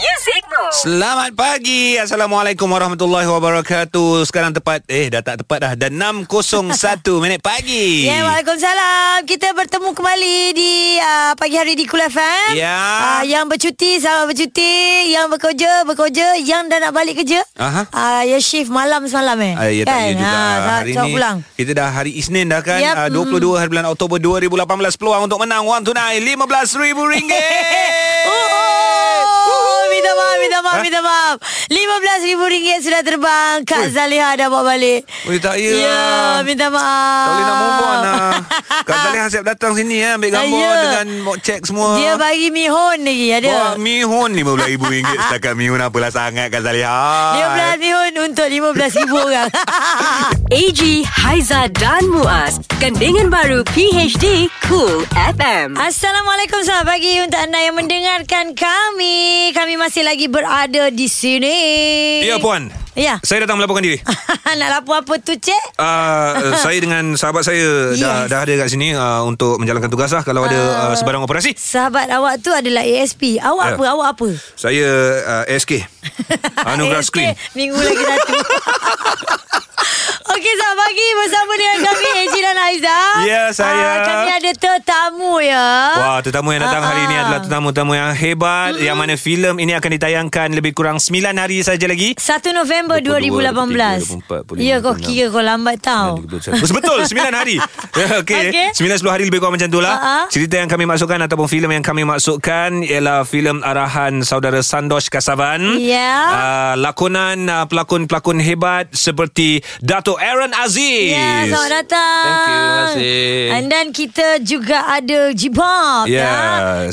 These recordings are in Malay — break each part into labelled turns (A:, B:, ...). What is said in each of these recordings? A: muzikmu.
B: Selamat pagi. Assalamualaikum warahmatullahi wabarakatuh. Sekarang tepat eh dah tak tepat dah. Dah 6.01 minit pagi.
C: Ya, yeah, Waalaikumsalam. Kita bertemu kembali di uh, pagi hari di Kul FM.
B: Ya.
C: Uh, yang bercuti, selamat bercuti. Yang bekerja, bekerja. Yang dah nak balik kerja.
B: Aha.
C: Uh, yang shift malam semalam eh.
B: Ah, ya, tak ya juga.
C: Ha,
B: hari
C: selamat
B: ni
C: pulang. mm.
B: kita dah hari Isnin dah kan. Ah,
C: Yap,
B: 22 hari bulan Oktober 2018 peluang untuk menang wang tunai RM15,000.
C: Oh, minta maaf, minta maaf,
B: Ha?
C: minta maaf. RM15,000 sudah terbang.
B: Ui.
C: Kak Zaliha dah bawa balik.
B: Oi tak ya.
C: Ya, minta maaf.
B: Tak boleh nak move on lah. Kak Zaliha siap datang sini ya, ambil gambar
C: Ah, ya.
B: dengan mock check semua.
C: Dia bagi mihon lagi ada.
B: Bawa mihun RM15,000 Setakat mihun apalah sangat Kak Zaliha
C: Ah, Dia belas mihun untuk 15,000 orang.
A: AG Haiza dan Muaz, gandingan baru PHD Cool FM.
C: Assalamualaikum selamat pagi untuk anda yang mendengarkan kami. Kami masih lagi berada di sini.
B: Ya puan
C: Ya.
B: Saya datang melaporkan diri
C: Nak lapor apa tu, Cik?
B: Uh, saya dengan sahabat saya yes. dah
C: Yes. Ah.
B: dah ada kat sini uh, untuk menjalankan tugas lah kalau ada uh, sebarang operasi.
C: Sahabat awak tu adalah ASP. Awak
B: Ya.
C: apa? Awak apa?
B: Saya uh, ASK. Anugerah
C: ASP,
B: Screen.
C: Minggu lagi satu. Okey, selamat pagi bersama dengan kami Eji dan Aizah.
B: Ya, saya.
C: Ah, kami ada tetamu ya.
B: Wah, tetamu yang datang
C: Ah,
B: hari ini
C: ah.
B: adalah tetamu-tetamu yang hebat mm-hmm. yang mana filem ini akan ditayangkan lebih kurang 9 hari saja lagi.
C: 1 November
B: 22, 23, 24,
C: 2018.
B: 25,
C: ya, kau kira kau lambat tau.
B: Betul 9 hari okay. okay
C: Okey.
B: 9 10 hari lebih kurang macam tu lah
C: Ah, ah.
B: Cerita yang kami masukkan Ataupun filem yang kami masukkan Ialah filem arahan Saudara Sandosh Kasavan
C: Ya.
B: Ah, Lakonan ah, Pelakon-pelakon hebat Seperti Dato' Aaron Aziz
C: Ya, selamat datang.
B: Thank you, terima kasih.
C: And then kita juga ada Jibab.
B: Ya,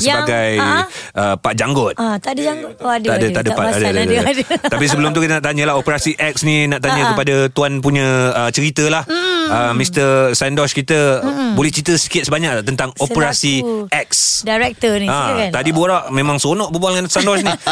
C: ya,
B: sebagai
C: ah,
B: uh, Pak Janggut.
C: ah, tak ada janggut. Oh, ada,
B: tak ada, tak ada, Pak.
C: pasal,
B: Ada, ada, ada.
C: ada.
B: Tapi sebelum tu kita nak tanyalah operasi X ni nak tanya
C: Ah, ah.
B: kepada tuan punya uh, cerita lah.
C: Hmm.
B: Mm. Uh, Mr. Sandosh kita mm. boleh cerita sikit sebanyak tak tentang
C: Selaku
B: operasi X.
C: Director ni,
B: Ah,
C: silakan.
B: tadi borak memang sonok berbual dengan Sandosh ni.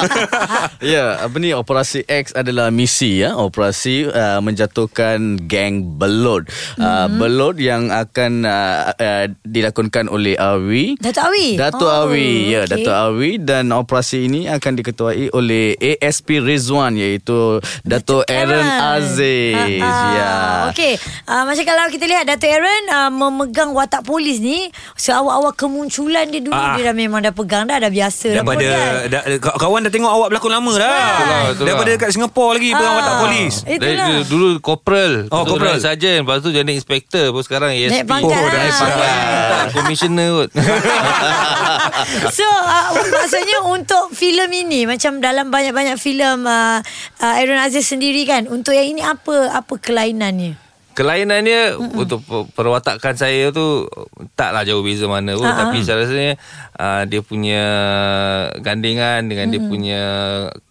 D: Ya, apa ni operasi X adalah misi ya, operasi uh, menjatuhkan geng Belod.
C: Mhm.
D: Uh, Belod yang akan uh, uh, dilakonkan oleh Awi.
C: Datuk Awi?
D: Datuk
C: Oh,
D: Awi. Ya,
C: okey.
D: Datuk Awi dan operasi ini akan diketuai oleh ASP Rizwan iaitu Datuk Aaron Aziz.
C: Ha, ha.
D: Ya.
C: Okey. Uh, macam kalau kita lihat Dato' Aaron uh, memegang watak polis ni seawal-awal kemunculan dia dulu
B: Ah.
C: dia dah memang dah pegang dah dah biasa dah
B: Daripada
C: pun kan.
B: da, kawan dah tengok awak berlakon lama dah. lah.
C: Itulah,
E: itulah.
B: Daripada dekat Singapura lagi pegang
C: Ah.
B: watak polis.
E: Dari,
C: Itulah.
E: dulu, dulu corporal
B: Oh,
E: Lepas tu
B: corporal.
E: naik Sarjan Lepas tu jadi inspector Lepas sekarang ASP
C: Naik pangkat
B: Oh, dah naik
C: lah.
B: pangkat.
E: Ah, Commissioner kot
C: So uh, maksudnya untuk filem ini macam dalam banyak-banyak filem uh, uh, Aaron Aziz sendiri kan untuk yang ini apa apa kelainannya?
E: Kelainannya Mm-mm. Untuk per- perwatakan saya tu Taklah jauh beza mana pun
C: Ha-ha.
E: Tapi saya rasanya uh, Dia punya Gandengan Dengan dia punya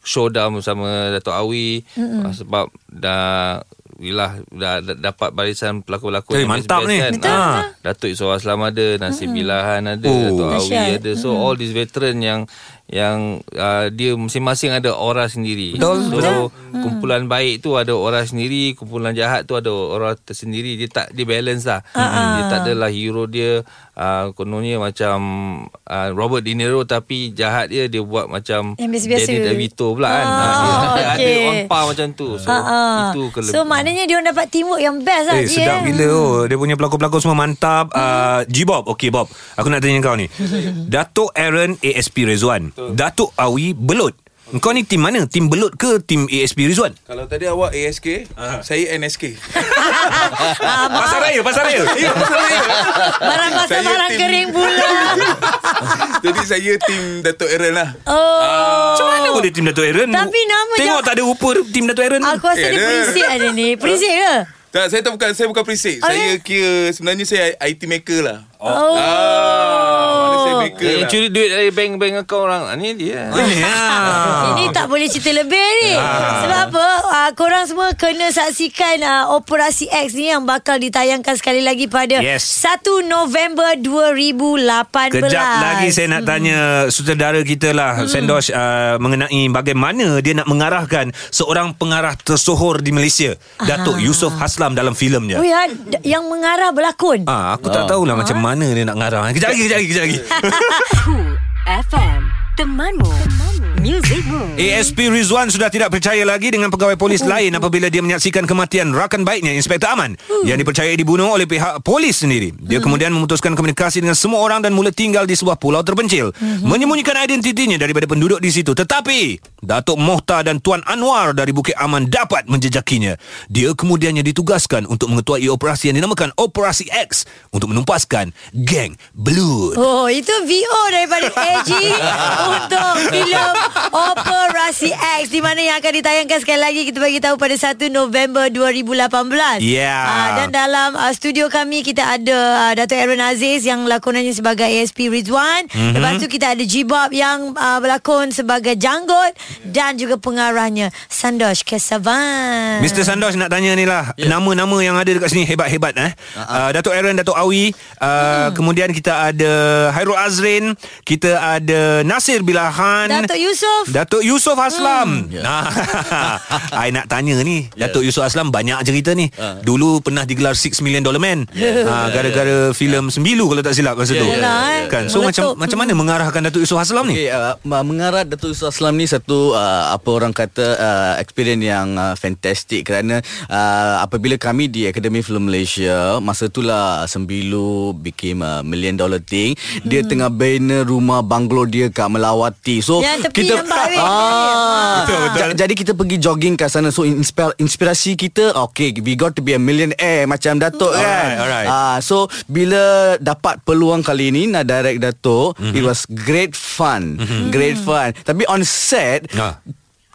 E: Showdown bersama Dato' Awi uh,
F: Hmm.
E: Sebab Dah Yelah dah, dah dapat barisan pelakon-pelakon
B: Eh,
E: yang
B: mantap
E: best-best
B: ni. Betul,
E: Ah.
B: betul.
E: Datuk Iswar Aslam ada Nasib Bilahan ada
B: Oh.
E: Dato' Awi
C: Dahsyat.
E: ada So all these veteran yang yang uh, dia masing-masing ada aura sendiri.
B: Betul,
E: so, betul. kumpulan baik tu ada aura sendiri, kumpulan jahat tu ada aura tersendiri. Dia tak dia balance lah. Uh-huh. Dia tak adalah hero dia uh, kononnya macam uh, Robert De Niro tapi jahat dia dia buat macam
C: Yang biasa-biasa.
E: Danny DeVito pula kan.
C: Ah,
E: Ah, dia ada
C: okey.
E: on par macam tu. So
C: Ah, ah.
E: itu kelebihan.
C: So maknanya dia orang dapat teamwork yang Hmm. best lah
B: Eh,
C: Ji,
B: sedap
C: eh.
B: gila oh. Dia punya pelakon-pelakon semua mantap. Uh, G-Bob. Okey, Bob. Aku nak tanya kau ni. Datuk Aaron ASP Rezwan. Datuk Awi Belut. Kau ni tim mana? Tim Belut ke tim ASP Rezwan?
G: Kalau tadi awak ASK, saya NSK.
C: Ah,
B: Pasar Raya, Pasar Raya.
C: Barang basah,
G: Ya, Saya
C: barang
G: tim-
C: kering pula.
G: Jadi saya tim Datuk Aaron lah.
C: Oh.
B: Ah. Macam mana boleh tim Datuk Aaron?
C: Tapi nama
B: Tengok
C: dia-
B: tak ada rupa tim Datuk Aaron.
C: Aku rasa
G: Eh,
C: dia
G: ada.
C: prinsip ada ni. Prinsip ke?
G: Tak, saya tak bukan saya bukan perisik.
C: Oh,
G: Saya
C: ya?
G: kira sebenarnya saya IT maker lah.
C: Oh.
G: Ah, mana Seneca
E: Dia
G: lah.
E: curi duit dari bank-bank account orang Ah, Ni ah. dia
B: Ya.
C: Ini tak boleh cerita lebih ni
B: Ah.
C: Sebab apa uh, Korang semua kena saksikan uh, Operasi X ni Yang bakal ditayangkan sekali lagi pada
B: Yes.
C: 1 November 2018
B: Kejap lagi saya nak tanya sutradara kita lah hmm. Sendosh uh, mengenai bagaimana dia nak mengarahkan seorang pengarah tersohor di Malaysia Datuk Yusof Haslam dalam filemnya.
C: Oh ya, d- yang mengarah berlakon
B: Ah, aku tak tahulah macam mana dia nak ngarah. Kejap lagi, kejap lagi, kejap lagi.
A: Cool FM Temanmu Musicmu
B: ASP Rizwan sudah tidak percaya lagi dengan pegawai polis lain apabila dia menyaksikan kematian rakan baiknya Inspektor Aman yang dipercayai dibunuh oleh pihak polis sendiri. Dia kemudian memutuskan komunikasi dengan semua orang dan mula tinggal di sebuah pulau terpencil, menyembunyikan identitinya daripada penduduk di situ. Tetapi Datuk Mohtar dan Tuan Anwar dari Bukit Aman dapat menjejakinya. Dia kemudiannya ditugaskan untuk mengetuai operasi yang dinamakan Operasi X untuk menumpaskan geng Blood.
C: Oh, itu VO daripada AG untuk filem Operasi X di mana yang akan ditayangkan sekali lagi kita bagi tahu pada 1 November 2018.
B: Yeah.
C: Ah, dan dalam uh, studio kami kita ada uh, Dato' Aaron Aziz yang lakonannya sebagai ASP Rizwan. Mm-hmm. Lepas tu kita ada Jibab yang uh, berlakon sebagai Janggut dan juga pengarahnya Sandosh Kesavan.
B: Mr. Sandos nak tanya ni lah yeah. Nama-nama yang ada dekat sini Hebat-hebat eh uh-huh. uh, Datuk Aaron, Datuk Awi uh, Kemudian kita ada Hairul Azrin Kita ada Nasir Bilahan
C: Dato' Yusof.
B: Datuk Yusof Aslam hmm. yeah. I nak tanya ni yeah. Datuk Yusof Aslam banyak cerita ni uh. Dulu pernah digelar 6 million dollar man yeah. uh, Gara-gara filem Sembilu kalau tak silap masa yeah. tu
D: yeah,
C: yeah, yeah.
B: kan? So
C: Meletup.
B: macam macam mana mengarahkan Datuk Yusof Aslam ni?
D: Okay, uh, mengarah Datuk Yusof Aslam ni satu uh, apa orang kata uh, experience yang uh, fantastic kerana uh, apabila kami di Akademi Film Malaysia masa itulah Sembilu became a million dollar thing
B: Hmm.
D: dia tengah banner rumah banglo dia kat Melawati so
C: Yang tepi
D: kita
C: nampak awet.
D: ah
B: Betul, betul.
D: Ja- jadi kita pergi jogging kat sana so inspir- inspirasi kita okay we got to be a millionaire macam Datuk kan
B: Alright, alright.
D: Ah, so bila dapat peluang kali ini nak direct Dato, mm-hmm. it
B: Mhm.
D: was great fun. Mm-hmm. Great fun. Tapi on set,
B: Ah.
D: ah.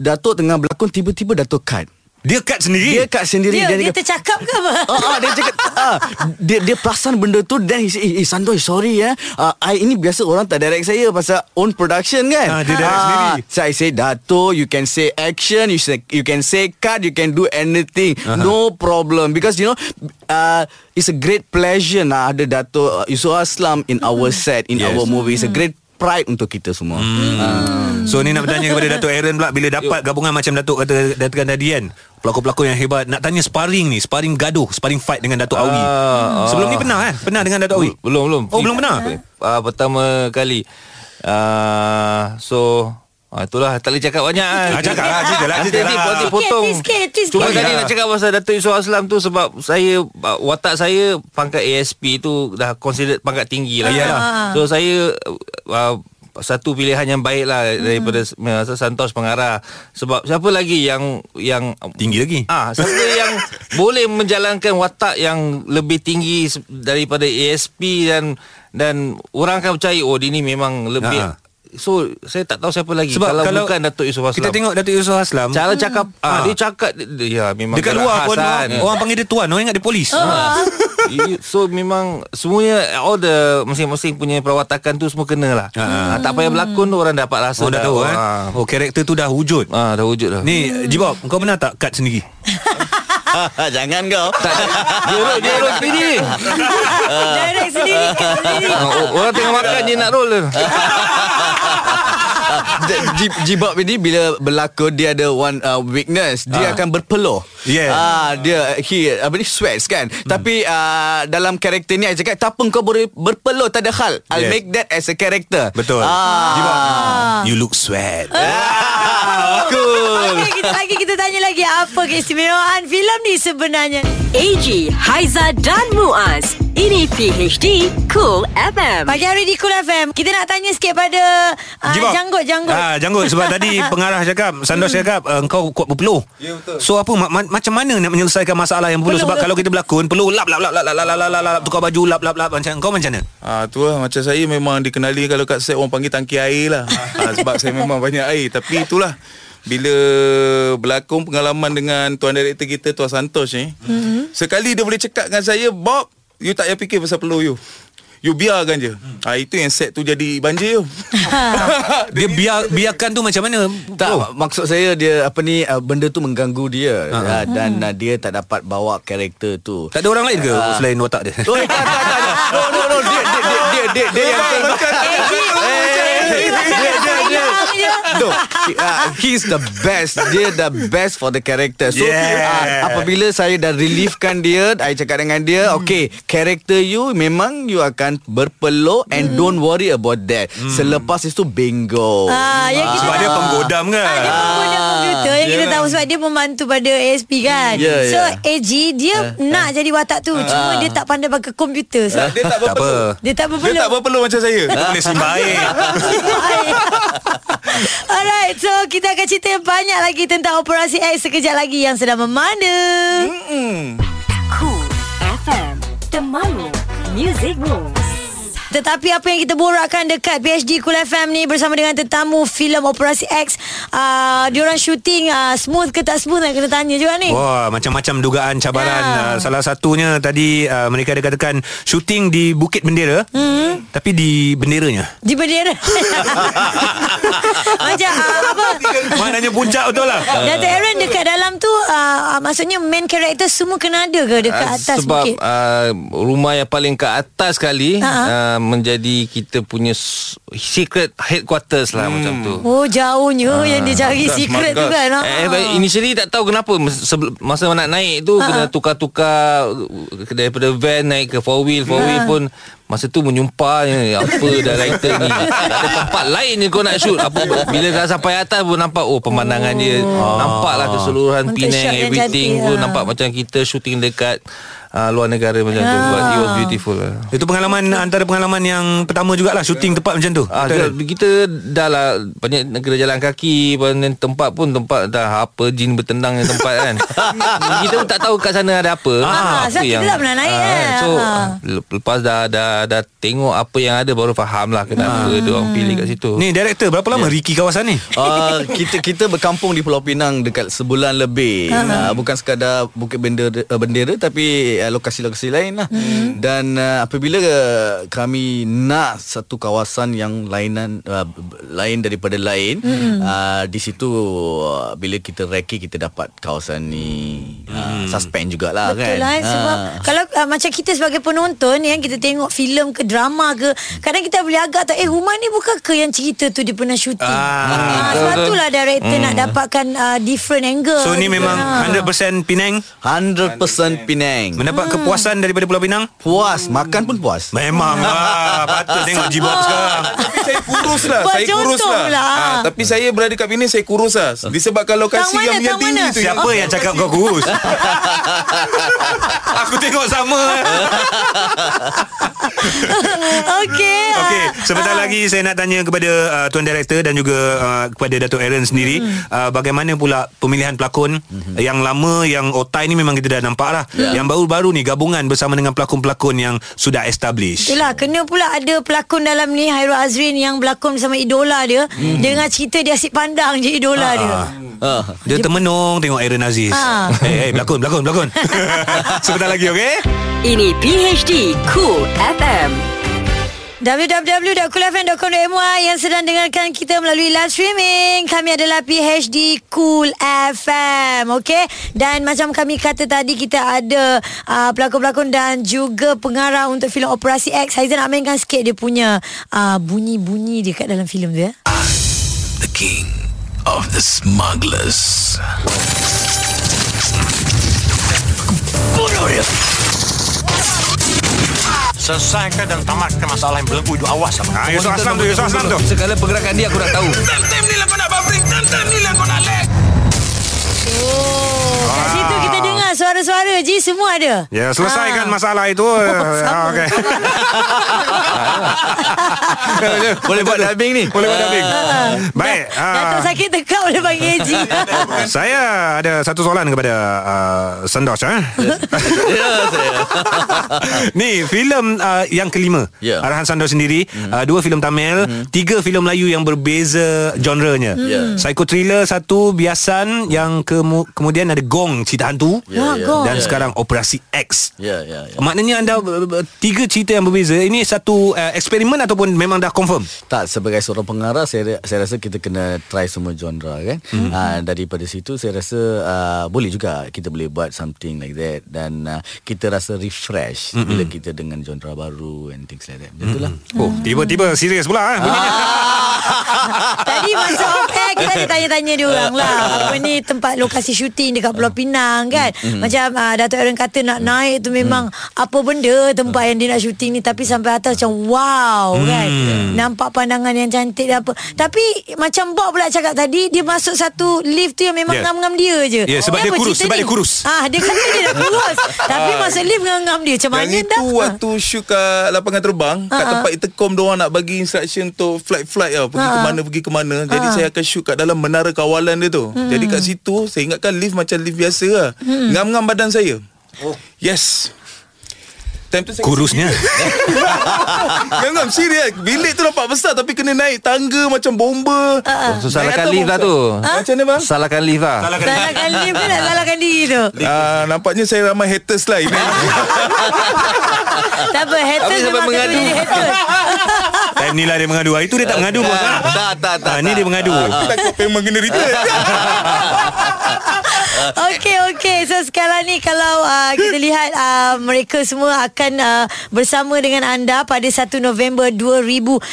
D: Dato tengah berlakon tiba-tiba Dato cut.
B: Dia cut
D: Dia
B: sendiri
D: cut sendiri
C: Dia, Oh, dia
D: dia, dia
C: tercakap ke apa?
D: Ah, ah, dia cakap ah, dia dia perasan benda tu then he say eh, eh Sandoy sorry ya. Ah, I ini biasa orang tak direct saya pasal own production
B: Ah,
D: kan.
B: dia direct sendiri.
D: So I say Dato you can say action you say, you can say cut you can do anything. Uh-huh. No problem because you know uh, it's a great pleasure nah ada Dato uh, Yusof Aslam in our set in
B: Yes. Mm.
D: our movie it's a great pride untuk kita semua. Ah.
B: So ni nak bertanya kepada Datuk Aaron pula Bila dapat gabungan macam Datuk kata Datuk tadi kan Pelakon-pelakon yang hebat Nak tanya sparring ni Sparring gaduh Sparring fight dengan Datuk Awi Sebelum ni pernah kan Pernah dengan Datuk Awi
E: Ah, Belum belum
B: Oh, belum pernah?
E: uh, Pertama kali uh, So uh, Itulah tak boleh cakap banyak kan
B: Ah, cakap lah, cerita lah,
E: Nanti-
B: cerita
E: nanti
B: lah.
E: nanti potong
C: Sikit, sikit, sikit.
E: Cuma
C: Boleh
E: tadi
B: lah.
E: nak cakap pasal Dato' Yusof Aslam tu Sebab saya uh, Watak saya Pangkat ASP tu Dah considered pangkat tinggi lah
B: Iyalah.
E: So saya uh, satu pilihan yang baik lah daripada
B: Hmm.
E: uh, Santos pengarah sebab siapa lagi yang yang
B: Tinggi lagi
E: Ah, siapa yang boleh menjalankan watak yang lebih tinggi se- daripada ASP dan dan orang akan percaya oh dia ni memang lebih
B: Ha.
E: So saya tak tahu siapa lagi
B: Sebab
E: kalau,
B: kalau
E: bukan Datuk Yusof Aslam.
B: Kita tengok Datuk Yusof Aslam
E: cara
C: Hmm.
E: cakap ah,
B: Ha.
E: dia cakap dia, dia- ya memang
B: Dekat
E: gerak
B: luar
E: khas
B: pun
E: kan.
B: orang, orang panggil dia tuan Orang ingat dia polis
E: Ah. You- so memang semuanya all the masing-masing punya perwatakan tu semua kena lah.
B: Ah.
E: Ah, tak payah berlakon orang dapat rasa
B: Orang dah tahu kan
E: Ah,
B: Oh karakter tu dah wujud
E: ah dah wujud dah.
B: Ni Jibob Kau pernah tak cut sendiri Ah,
D: Jangan kau.
E: dia roll dia roll sendiri.
B: Ah.
C: Direct sendiri kan sendiri.
E: Ah, o- orang tengah makan dia nak roll.
B: Ah.
D: J- J- Jibab ini bila berlakon dia ada one uh, weakness dia akan berpeluh.
B: Ah. Yeah. Hmm.
D: Ah dia he apa ni sweats kan. Tapi uh, dalam karakter ni I cakap tak apa kau boleh berpeluh tak ada hal. I'll
B: Yeah.
D: make that as a character.
B: Betul
D: Ah.
B: Jibob You look sweat
D: Cool.
C: Okay, kita lagi kita tanya lagi apa keistimewaan filem ni sebenarnya.
A: AG Haiza dan Muaz Ini PHD Cool FM
C: Pagi hari di Kul FM Kita nak tanya sikit pada uh,
B: Jibab.
C: Janggut Janggut Hmm.
B: Ah, janggut sebab tadi pengarah cakap, Sandos cakap uh, kau kuat berpeluh.
G: Ya, betul.
B: So apa ma- ma- macam mana nak menyelesaikan masalah yang berpeluh
C: Peluh
B: sebab
C: tu.
B: kalau kita berlakon peluh lap lap lap lap lap lap lap lap, lap, lap tukar baju lap lap lap macam kau macam mana?
G: Ah tu lah macam saya memang dikenali kalau kat set orang panggil tangki air lah. ah, sebab saya memang banyak air tapi itulah bila berlakon pengalaman dengan tuan eh, director kita tuan Santos ni. Mm-hmm. Sekali dia boleh cakap dengan saya Bob you tak payah fikir pasal peluh you. You biarkan je hmm. ha, Itu yang set tu jadi banjir tu
B: Dia biar, biarkan tu macam mana
D: Tak
B: bro?
D: oh. maksud saya dia apa ni uh, benda tu mengganggu dia uh-huh. uh, dan
C: Hmm.
D: uh, dia tak dapat bawa karakter tu.
B: Ha, Tak ada orang lain ke Selain watak dia
D: Oh, tak, tak, tak, tak. No, no, no. Dia, dia, dia, dia, dia, dia yang Eh, terbaik. eh, Dia, dia, dia. No, he- uh, he's the best. Dia the best for the character. So
B: Yeah. Hmm.
D: uh, apabila saya dah reliefkan dia, I cakap dengan dia, okay, character you memang you akan berpeluh
C: Hmm.
D: and don't worry about that. Selepas itu bingo. Ah.
C: Ah, yang
B: Hmm.
C: kita
B: Sebab dia
C: tahu- Ah,
B: penggodam kan
C: Dia pengguna komputer yang kita
B: Yeah.
C: tahu sebab dia membantu pada ASP kan.
D: Ya,
C: so
D: ya.
C: AG dia nak jadi watak tu cuma dia tak pandai pakai komputer. So,
G: Lah, Dia
B: Tak
G: tak
B: apa
G: berpeluh
C: dia tak
G: Dia
C: berpeluh.
G: tak berpeluh macam saya
B: Dia boleh sembahyang
C: Alright, so kita akan cerita banyak lagi tentang Operasi X sekejap lagi yang sedang memanda.
A: Cool FM Temanmu Music Rules
C: Tetapi apa yang kita borakkan dekat PhD Cool FM ni bersama dengan tetamu filem Operasi X, uh, diorang syuting uh, smooth ke tak smooth nak kena tanya juga ni.
B: Wah, macam-macam dugaan cabaran.
C: Ya.
B: Uh, salah satunya tadi uh, mereka ada katakan syuting di Bukit Bendera.
C: Hmm.
B: Mm. Tapi di benderanya.
C: Di bendera. Macam uh, apa?
B: Maknanya puncak betul lah.
C: Dato' Aaron dekat dalam tu uh, uh, maksudnya main karakter semua kena ada ke dekat
E: Ah,
C: atas
E: sebab
C: bukit?
E: uh, rumah yang paling ke atas sekali
C: Ha-ha.
E: uh, menjadi kita punya s- secret headquarters lah hmm. macam tu.
C: Oh jauhnya yang dia cari
G: Magas,
C: secret tu
G: magas.
C: kan. ah.
E: Ah, Eh, eh, initially tak tahu kenapa mes- sebel- masa nak naik tu kena tukar-tukar uh, daripada van naik ke four wheel four
C: Ah.
E: wheel pun masa tu menyumpah eh, apa director ni tak ada tempat lain yang kau nak shoot apa bila dah sampai atas pun nampak oh pemandangan dia nampaklah keseluruhan
C: Oh. Untuk shot
E: Penang
C: yang
E: everything
C: cantik,
E: pun
C: ah.
E: nampak macam kita shooting dekat uh, luar negara macam
C: Ah.
E: tu but it was beautiful lah.
B: Itu pengalaman antara pengalaman yang pertama jugalah syuting tempat macam tu.
E: Ah, kita,
B: Betul.
E: kita dah lah banyak negara jalan kaki banyak tempat pun tempat dah apa jin bertendang yang tempat kan. kita pun tak tahu kat sana ada apa.
C: Ah,
E: apa
C: sebab kita tak pernah naik, eh.
E: So
C: Ah.
E: le- lepas dah, dah dah tengok apa yang ada baru faham lah kenapa
C: Ah.
E: dia orang pilih kat situ.
B: Ni director berapa lama yeah. Ricky kawasan ni?
D: Uh, Ya. kita kita berkampung di Pulau Pinang dekat sebulan lebih.
C: Ha,
D: Uh, bukan sekadar Bukit Bendera uh, bendera tapi uh, lokasi-lokasi lain lah.
C: Hmm.
G: Hmm.
D: Dan uh, apabila uh, kami nak satu kawasan yang lainan uh, b- lain daripada lain,
C: Hmm.
D: uh, di situ uh, bila kita reki kita dapat kawasan ni uh,
B: Hmm.
D: suspend jugalah
C: Betul
D: kan.
C: lah eh, sebab
D: Ah.
C: kalau uh, macam kita sebagai penonton yang kita tengok filem ke drama ke kadang kita boleh agak tak eh rumah ni bukan ke yang cerita tu dia pernah syuting. Ah,
B: Ah, Hmm.
C: sebab
E: betul.
C: itulah director nak dapatkan uh, different angle.
B: So ni
C: gitu.
B: memang
C: Ah.
B: 100% Penang
D: 100% Penang.
B: mendapat
C: Hmm.
B: kepuasan daripada Pulau Pinang.
D: Puas, makan pun puas.
B: Memang lah Patut tengok G-Box
C: Oh.
B: sekarang
G: Saya kurus lah
C: Buat
G: Saya kurus
C: contoh
G: lah
C: lah.
G: Ah, Tapi saya berada kat Penang Saya kurus lah Disebabkan lokasi
C: Tang
G: yang
C: mana,
G: yang
C: tang
G: tinggi
C: mana?
G: tu
B: Ah.
G: ya.
B: Siapa yang cakap kau kurus? Aku tengok sama
C: Okey.
B: Okey,
C: ah.
B: sebentar lagi saya nak tanya kepada uh, tuan director dan juga uh, kepada Dato' Aaron sendiri
C: Hmm.
B: uh, bagaimana pula pemilihan pelakon yang lama yang otai ni memang kita dah nampak lah. Yang baru-baru ni gabungan bersama dengan pelakon-pelakon yang sudah established.
C: Itulah lah, kena pula ada pelakon dalam ni Hairul Azrin yang berlakon bersama idola dia. Hmm. Dengar cerita dia asyik pandang je idola dia.
D: Ah.
B: Dia termenung tengok Aaron Aziz.
C: Ah.
B: Hey, hey, pelakon, pelakon, pelakon. sebentar lagi, okey?
A: Ini PHD Cool FM
C: www.coolfm.com.my yang sedang dengarkan kita melalui live streaming. Kami adalah PHD Cool FM. Okey. Dan macam kami kata tadi kita ada uh, pelakon-pelakon dan juga pengarah untuk filem Operasi X. Haizan nak mainkan sikit dia punya uh, bunyi-bunyi dia kat dalam filem tu ya.
H: the king of the smugglers.
I: Selesaikan dan tamatkan masalah yang belenggu itu awas lah. sama.
B: Ah, Yusof Aslam tu, Yusof Aslam tu.
E: Segala pergerakan dia aku dah tahu.
H: Tem-tem ni lah kau nak pabrik, tem-tem ni lah kau nak lek.
C: Oh, kat situ kita dengar suara-suara je semua ada.
B: Ya, selesaikan
C: Ah.
B: masalah itu. Ah, okey.
D: Boleh buat dubbing ni.
B: Boleh buat dubbing. Baik.
C: Datuk
B: ah.
C: sakit tekak boleh panggil Haji.
B: Saya ada satu soalan kepada uh, Sendos eh?
D: Ya,
B: Ni filem uh, yang kelima
D: Ya. Hmm.
B: Arahan Sendos sendiri mm. uh, Dua filem Tamil mm. Tiga filem Melayu yang berbeza genrenya
D: Ya.
B: Psycho thriller satu Biasan Yang kemu- kemudian ada Gong cerita hantu
C: Ya,
D: ya.
C: God.
B: Dan sekarang Operasi X
D: Ya, ya, ya.
B: Maknanya anda ber- ber- Tiga cerita yang berbeza Ini satu uh, eksperimen Ataupun memang dah confirm
D: Tak sebagai seorang pengarah saya saya rasa kita kena try semua genre kan.
B: Mhm.
D: Hmm. Uh, daripada situ saya rasa uh, boleh juga kita boleh buat something like that dan uh, kita rasa refresh
B: Mhm.
D: hmm. bila kita dengan genre baru and things like that. lah. Ah, Macam itulah.
B: Oh tiba-tiba serius pula eh, bunyinya.
C: Tadi masa off air Kita ada tanya-tanya dia orang lah Apa ni tempat lokasi syuting Dekat Pulau Pinang kan Macam uh, Dato' Aaron kata nak naik tu memang Apa benda tempat yang dia nak syuting ni Tapi sampai atas macam wow kan Nampak pandangan yang cantik dan apa Tapi macam Bob pula cakap tadi Dia masuk satu lift tu yang memang
B: Ya.
C: ngam-ngam dia je
B: Ya, sebab dia
C: Ni apa
B: kurus,
C: cerita
B: sebab
C: ni?
B: dia kurus.
C: Ah, Dia kata dia dah kurus Tapi masuk lift ngam-ngam dia Macam mana
G: Yang
C: dah Ha,
G: itu waktu shoot kat lapangan terbang uh-huh. Kat
C: Ha-ha.
G: tempat Intercom Diorang nak bagi instruction Untuk flight-flight tau Pergi
C: Ha-ha.
G: uh-huh. ke mana Pergi ke mana Jadi
C: Ha-ha.
G: saya akan shoot Kat dalam menara kawalan dia tu hmm. Jadi kat situ Saya ingatkan lift macam lift biasa lah hmm. Ngam-ngam badan saya oh. Yes Time tu saya
B: Kurusnya
G: Ngam-ngam serius Bilik tu nampak besar Tapi kena naik tangga Macam bomba
C: Ha,
G: uh-huh.
E: So salahkan lift lah tu
G: Macam mana bang?
E: Salahkan lift lah
C: Salahkan lift tu nak salahkan diri tu
G: Ah, nampaknya saya ramai haters lah ini.
C: Tak apa haters
E: Habis sampai
C: memang kena
E: mengadu.
C: jadi haters
B: Time ni lah dia mengadu Hari tu dia tak mengadu bos
D: Ah, tak, tak, tak,
B: Ah, Ni
D: tak. ah.
B: dia mengadu
G: Aku takut payment kena return
C: Okey okey so sekarang ni kalau uh, kita lihat uh, mereka semua akan uh, bersama dengan anda pada 1 November 2018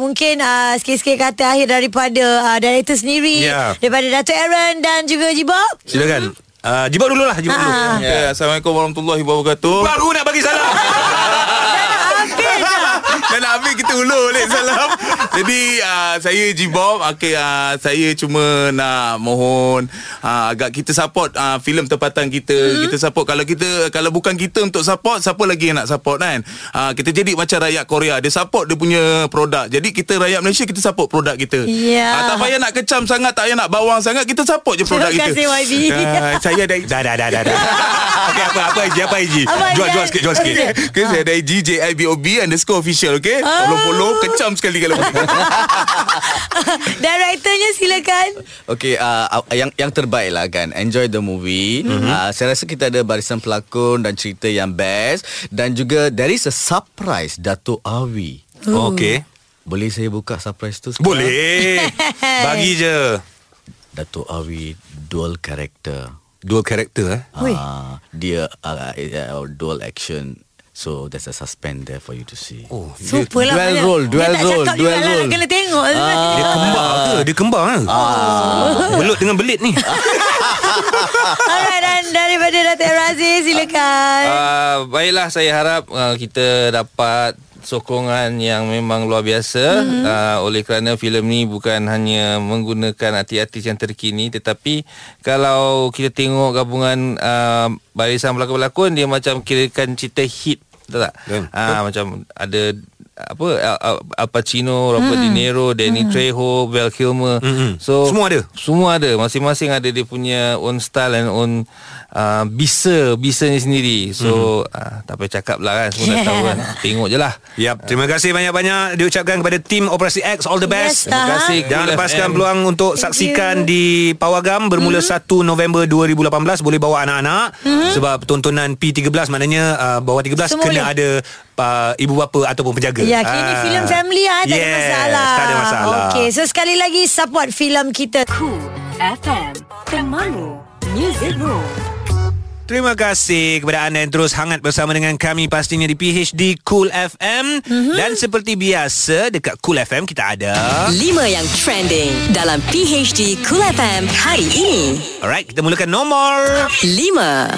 C: mungkin uh, sikit-sikit kata akhir daripada uh, director sendiri
B: Ya.
C: daripada Dato' Aaron dan juga Jibob
B: Silakan uh, Jibak dulu lah Jibak dulu
C: Ah.
G: okay, Ya, Assalamualaikum warahmatullahi wabarakatuh
B: Baru nak bagi salam
G: Dan nak ambil kita ulur balik salam Jadi uh, saya G-Bob okay, uh, Saya cuma nak mohon uh, Agak kita support uh, filem tempatan kita
B: Hmm.
G: mm-hmm. Kita support Kalau kita kalau bukan kita untuk support Siapa lagi yang nak support kan uh, Kita jadi macam rakyat Korea Dia support dia punya produk Jadi kita rakyat Malaysia Kita support produk kita
C: Ya.
G: Ah, Tak payah nak kecam sangat Tak payah nak bawang sangat Kita support je produk
C: Terima
G: kita
C: kasih, YB.
G: Ah, Saya dah
B: Dah dah dah dah, dah. Okey apa apa IG apa IG
C: Apa
B: Jual
C: IG?
B: jual sikit jual sikit
C: Okey.
G: Okay, saya ada IG JIBOB underscore official, okay?
C: Ah.
G: Follow-follow, kecam sekali kalau boleh.
C: Directornya silakan
D: Okay, uh, yang yang terbaik lah kan. Enjoy the movie. Mm-hmm. Uh, saya rasa kita ada barisan pelakon dan cerita yang best dan juga there is a surprise Dato Awi.
B: Okey
D: Boleh saya buka surprise tu? sekarang?
B: Boleh Bagi je
D: Dato Awi dual character.
B: Dua karakter eh
C: Ui.
D: Ah, dia uh, uh, dual action. So there's a suspense there for you to see. Oh.
C: Super lah
D: dual
C: banyak.
D: role,
C: Dia
D: dual
C: tak
D: role,
C: cakap juga
D: dual
C: lah,
D: role.
C: Kena tengok
B: Dia kembar ke Dia kembar ke
D: Ah.
C: Oh.
B: Belut dengan belit ni
C: Alright dan daripada Dato' Aaron Aziz silakan
E: Uh, baiklah saya harap uh, kita dapat sokongan yang memang luar biasa mm-hmm. uh, oleh kerana filem ni bukan hanya menggunakan artis-artis yang terkini tetapi kalau kita tengok gabungan uh, barisan pelakon-pelakon dia macam kirakan cerita hit betul tak
B: Ya,
E: uh, macam ada apa Al, Al- Al Pacino, Robert De Niro, Danny Trejo, Val Kilmer.
B: Mm-mm.
E: So
B: Semua ada?
E: semua ada masing-masing ada dia punya own style and own uh, bisa bisanya sendiri so hmm. uh, tak payah cakap lah kan semua dah tahu kan tengok je lah
B: Yap, terima kasih banyak-banyak diucapkan kepada tim Operasi X all the best.
C: Yes, Terima aha.
E: kasih,
B: Jangan
E: Cool
B: lepaskan
E: FM.
B: peluang untuk
C: Thank Mm-hmm.
B: saksikan di Pawagam bermula 1 November 2018 boleh bawa anak-anak sebab tontonan P13 maknanya uh, bawah 13
C: Semua
B: kena
C: boleh.
B: ada uh, ibu bapa ataupun penjaga.
C: Ya, kini filem family ah, tak ada
B: Yes,
C: masalah.
B: Tak ada masalah.
C: Okey, so sekali lagi support filem kita.
A: Cool FM Temanmu Music Room
B: Terima kasih kepada anda yang terus hangat bersama dengan kami pastinya di PHD Cool FM mm-hmm. dan seperti biasa dekat Cool FM kita ada
A: Lima yang trending dalam PHD Cool FM hari ini.
B: Alright, kita mulakan nomor
A: Lima.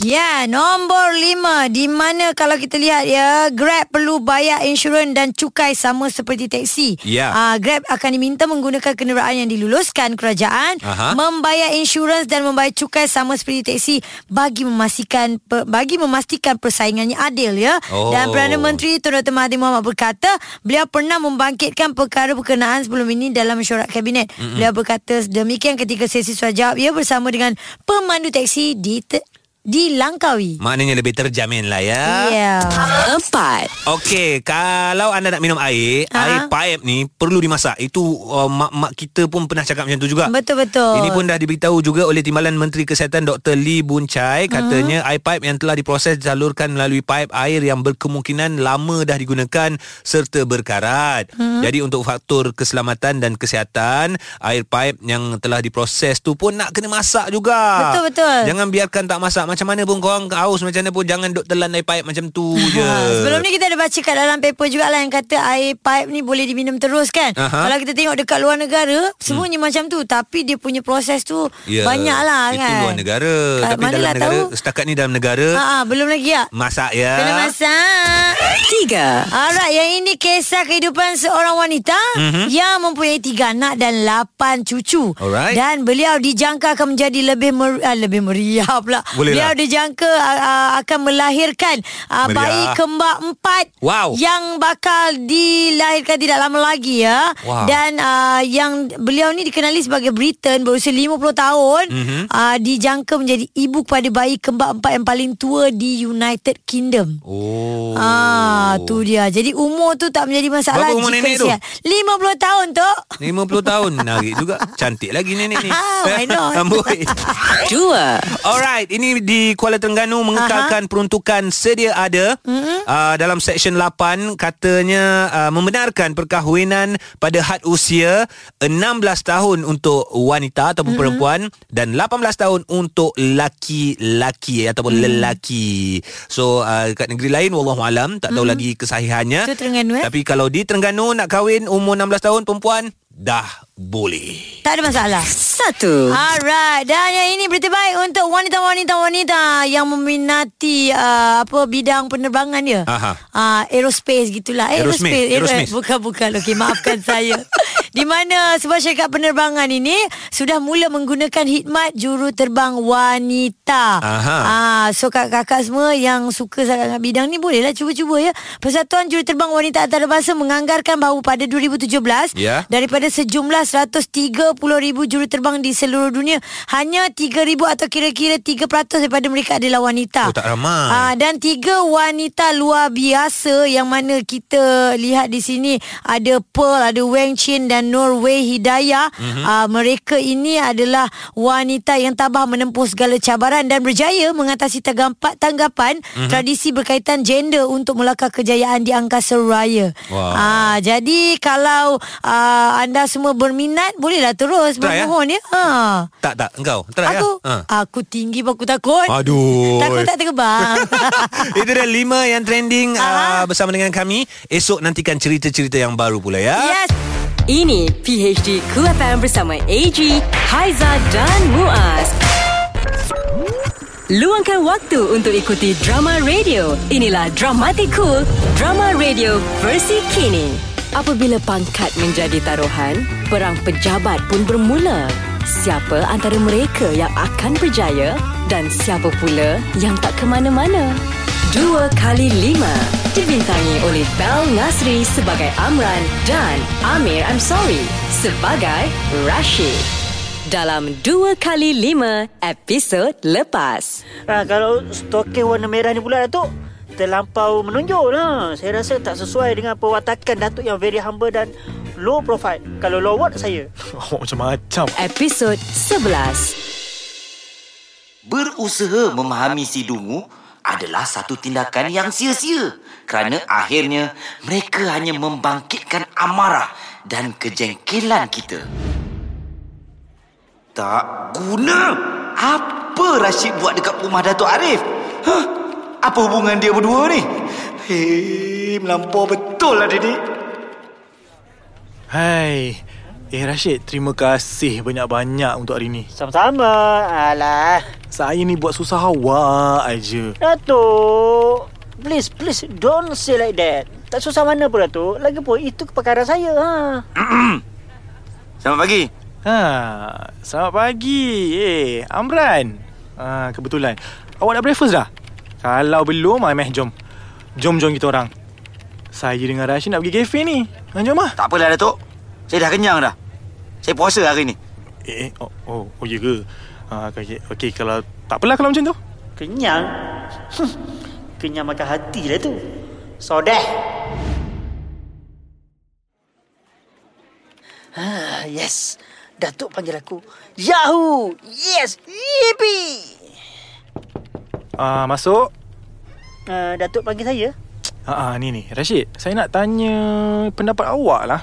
C: Ya, nombor lima di mana kalau kita lihat ya, Grab perlu bayar insurans dan cukai sama seperti teksi.
B: Ya.
C: Ah, Grab akan diminta menggunakan kenderaan yang diluluskan kerajaan
B: Aha.
C: membayar insurans dan membayar cukai sama seperti teksi bagi memastikan pe- bagi memastikan persaingannya adil ya.
B: Oh.
C: Dan Perdana Menteri Tun Dr. Mahathir Mohamad berkata, beliau pernah membangkitkan perkara berkenaan sebelum ini dalam mesyuarat kabinet. Mm-hmm. Beliau berkata demikian ketika sesi soal jawab ia bersama dengan pemandu teksi di te- dilangkaui.
B: Maknanya lebih terjamin lah ya
C: Ya.
A: Empat.
B: Okey, kalau anda nak minum air,
C: Ha.
B: air paip ni perlu dimasak. Itu uh, mak-mak kita pun pernah cakap macam tu juga.
C: Betul-betul.
B: Ini pun dah diberitahu juga oleh Timbalan Menteri Kesihatan Dr. Lee Boon Chai
C: Mhm.
B: katanya air paip yang telah diproses disalurkan melalui paip air yang berkemungkinan lama dah digunakan serta berkarat.
C: Mhm.
B: Jadi untuk faktor keselamatan dan kesihatan, air paip yang telah diproses tu pun nak kena masak juga.
C: Betul-betul.
B: Jangan biarkan tak masak. Macam mana pun korang haus macam mana pun jangan duk telan air paip macam tu je.
C: Ha, sebelum ni kita ada baca kat dalam paper jugalah yang kata air pipe ni boleh diminum terus kan.
B: Aha.
C: Kalau kita tengok dekat luar negara, semuanya hmm. macam tu tapi dia punya proses tu yeah, banyaklah kan.
B: Ya, Itu luar negara
C: Kat
B: Tapi
C: mana
B: dalam
C: lah
B: negara
C: tahu.
B: Setakat ni dalam negara
C: Ha, ha belum lagi ya.
B: Masak ya
C: Kena masak.
A: Tiga.
C: Alright, yang ini kisah kehidupan seorang wanita
B: Mhm.
C: mm-hmm. yang mempunyai tiga anak dan lapan cucu.
B: Alright.
C: Dan beliau dijangka akan menjadi lebih mer- ah, lebih meriah pula.
B: Boleh
C: beliau
B: lah.
C: dijangka ah, ah, akan melahirkan ah,
B: Meriah.
C: bayi kembar empat
B: Wow.
C: yang bakal dilahirkan tidak lama lagi ya.
B: Wow.
C: Dan ah, yang beliau ni dikenali sebagai Britain berusia 50 tahun
B: Mhm.
C: mm-hmm. ah, dijangka menjadi ibu kepada bayi kembar empat yang paling tua di United Kingdom.
B: Oh
C: Ah, tu dia. Jadi umur tu tak menjadi masalah
B: Berapa umur nenek tu?
C: sihat. 50 tahun tu.
B: 50 tahun Menarik juga Cantik lagi nenek ni
C: Ah, why not?
B: Amboi
A: Dua.
B: Alright, ini di Kuala Terengganu mengekalkan Aha. peruntukan sedia ada mm-hmm. uh, dalam Seksyen 8 katanya uh, membenarkan perkahwinan pada had usia 16 tahun untuk wanita ataupun mm-hmm. perempuan dan 18 tahun untuk laki-laki ataupun mm. lelaki. So uh, kat negeri lain wallahualam tak tahu mm-hmm. lagi kesahihannya.
C: Itu Terengganu, eh?
B: Tapi kalau di Terengganu nak kahwin umur 16 tahun perempuan dah boleh.
C: Tak ada masalah.
A: Satu.
C: Alright, dan yang ini berita baik untuk wanita-wanita-wanita yang meminati uh, apa bidang penerbangan dia.
B: Aha.
C: Uh, aerospace gitulah. Eh,
B: Ah. Aerosmith,
C: aero-
B: aerosmith.
C: bukan bukan. Okey, maafkan saya. Di mana sebuah syarikat penerbangan ini sudah mula menggunakan khidmat juru terbang wanita.
B: Aha.
C: Ah, so kakak-kakak semua yang suka sangat dengan bidang ni bolehlah cuba-cuba ya. Persatuan juru terbang wanita antarabangsa menganggarkan bahawa pada 2017
B: Ya.
C: daripada sejumlah 130,000 juruterbang di seluruh dunia hanya 3,000 atau kira-kira 3% daripada mereka adalah wanita.
B: Oh, tak ramai.
C: Ah, dan tiga wanita luar biasa yang mana kita lihat di sini ada Pearl, ada Wang Chin dan Norway Hidayah.
B: Mhm.
C: Mm-hmm. Ah, mereka ini adalah wanita yang tabah menempuh segala cabaran dan berjaya mengatasi tanggapan, tanggapan mm-hmm.
B: Mhm.
C: tradisi berkaitan gender untuk melakar kejayaan di angkasa raya.
B: Wah.
C: Ah, jadi kalau ah, anda semua berminat bolehlah terus
B: Try,
C: bermohon ya. Ha.
B: Tak tak engkau try
C: Aku
B: lah. Ha.
C: aku tinggi pun aku takut.
B: Aduh.
C: Takut tak terbang.
B: Itu dia lima yang trending uh,
C: Aha.
B: bersama dengan kami. Esok nantikan cerita-cerita yang baru pula ya.
C: yes.
A: Ini PHD Cool FM bersama AG, Haiza dan Muaz. Luangkan waktu untuk ikuti drama radio. Inilah Dramatic Cool, drama radio versi kini. Apabila pangkat menjadi taruhan, perang pejabat pun bermula. Siapa antara mereka yang akan berjaya dan siapa pula yang tak ke mana-mana? Dua kali lima dibintangi oleh Bel Nasri sebagai Amran dan Amir I'm Sorry sebagai Rashid. Dalam dua kali lima episod lepas.
J: Ha, kalau stoking warna merah ni pula Datuk Terlampau menonjol ha. Saya rasa tak sesuai dengan perwatakan Datuk yang very humble dan low profile Kalau low word saya
I: Awak macam-macam.
A: episod 11.
F: Berusaha memahami si dungu adalah satu tindakan yang sia-sia kerana akhirnya mereka hanya membangkitkan amarah dan kejengkelan kita. Tak guna. Apa Rashid buat dekat rumah Datuk Arif? Hah? Apa hubungan dia berdua ni? Hei, melampau betul lah dia ni.
I: Hai. Eh Rashid, terima kasih banyak-banyak untuk hari ni.
J: Sama-sama Alah
I: Saya ni buat susah awak aja.
J: Datuk Please, please don't say like that Tak susah mana pun Datuk Lagipun itu kepakaran saya ha.
F: Selamat pagi.
I: Ha, selamat pagi. Eh, Amran. Ha, kebetulan. Awak dah breakfast dah? Kalau belum, ah, meh jom. Jom jom kita orang. Saya dengan Rashid nak pergi kafe ni. Ha, jom ah.
F: Tak apalah Datuk. Saya dah kenyang dah. Saya puasa hari ni.
I: Eh, eh, oh, oh, oh ya ke? Ha, okay, okay, kalau tak apalah kalau macam tu.
J: Kenyang? Hmm, Kenyang makan hati lah tu. Sodeh. Ah, yes. Datuk panggil aku. Yahoo! Yes! Yippee!
I: Ah, masuk.
J: Ah, Datuk panggil saya.
I: Ha ah, ni ni. Rashid, saya nak tanya pendapat awak lah.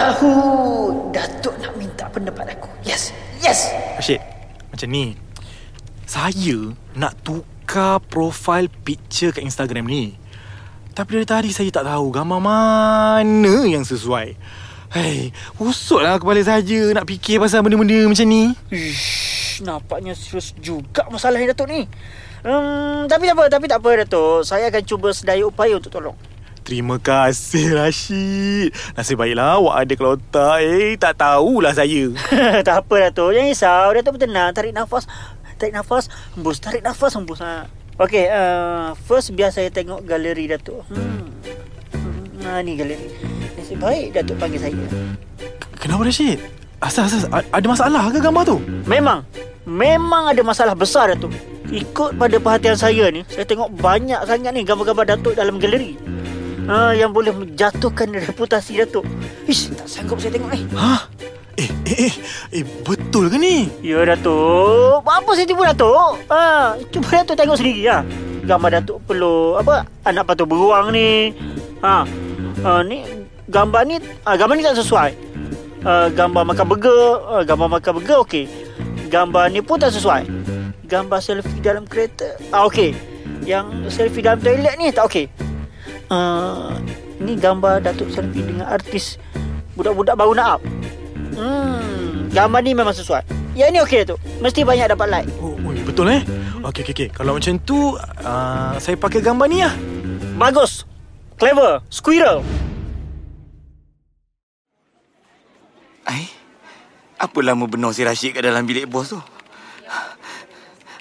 J: Yahoo! Datuk nak minta pendapat aku. Yes! Yes!
I: Rashid, macam ni. Saya nak tukar profile picture kat Instagram ni. Tapi dari tadi saya tak tahu gambar mana yang sesuai. Hei, usutlah kepala saya nak fikir pasal benda-benda macam ni.
J: Ish, nampaknya serius juga masalah ni Datuk ni. Hmm, tapi tak apa, tapi tak apa Datuk. Saya akan cuba sedaya upaya untuk tolong.
I: Terima kasih Rashid. Nasib baiklah awak ada kalau tak, eh tak tahulah saya.
J: tak apa Datuk, jangan risau. Datuk pun tenang, tarik nafas. Tarik nafas, hembus. Tarik nafas, hembus. Ha. Okey, uh, first biar saya tengok galeri Datuk. Hmm. hmm. Ha, ni galeri. Nasib baik Datuk panggil saya.
I: Kenapa Rashid? Asal, asal, a- ada masalah ke gambar tu?
J: Memang Memang ada masalah besar Datuk Ikut pada perhatian saya ni Saya tengok banyak sangat ni Gambar-gambar Datuk dalam galeri ha, Yang boleh menjatuhkan reputasi Datuk Ish, tak sanggup saya tengok ni
I: Hah? Eh, eh, eh, eh betul ke ni?
J: Ya Datuk Apa saya tipu Datuk ha, Cuba Datuk tengok sendiri ha. Gambar Datuk perlu Apa Anak patung beruang ni ha. ha ni Gambar ni ha, Gambar ni tak sesuai ha, Gambar makan burger ha, Gambar makan burger okey Gambar ni pun tak sesuai Gambar selfie dalam kereta ha, Okey Yang selfie dalam toilet ni tak okey ha, Ni gambar Datuk selfie dengan artis Budak-budak baru nak up Hmm, gambar ni memang sesuai. Yang ni okey tu. Mesti banyak dapat like.
I: Oh, oi, betul eh? Okey, okey, okey. Kalau macam tu, uh, saya pakai gambar ni lah.
J: Bagus. Clever. Squirrel.
F: Ai, apa lama benar si Rashid kat dalam bilik bos tu?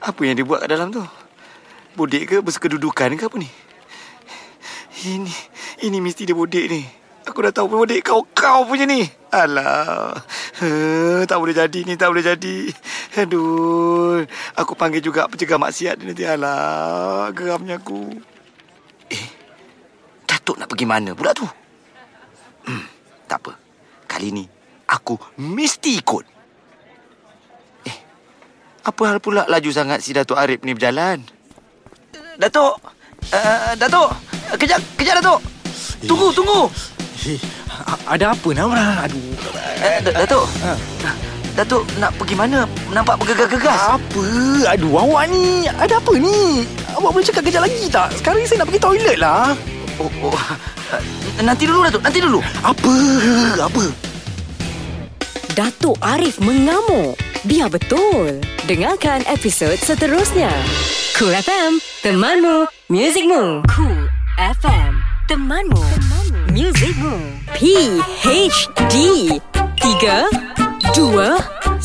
F: Apa yang dia buat kat dalam tu? Bodek ke bersekedudukan ke apa ni? Ini ini mesti dia bodek ni. Aku dah tahu bodek kau-kau punya ni. Alah. Huh, tak boleh jadi ni, tak boleh jadi. Aduh. Aku panggil juga pencegah maksiat ni nanti. Alah, geramnya aku. Eh, Datuk nak pergi mana pula tu? Hmm, Tak apa. Kali ni aku mesti ikut. Eh, apa hal pula laju sangat si Datuk Arif ni berjalan? Datuk! Uh, Datuk! Kejap, kejap Datuk! Tunggu, tunggu!
I: Eh, a- ada apa Namra? Aduh.
F: Uh, Datuk! Datuk nak pergi mana? Nampak bergegas-gegas.
I: Apa? Aduh, awak ni. Ada apa ni? Awak boleh cakap kejap lagi tak? Sekarang ni saya nak pergi toilet lah.
F: Oh, oh. Ah, Nanti dulu Datuk, nanti dulu.
I: Apa? Apa?
A: Datuk Arif mengamuk. Biar betul. Dengarkan episod seterusnya. Cool FM, temanmu, muzikmu. Cool FM, temanmu, muzikmu. P H D 3 2 1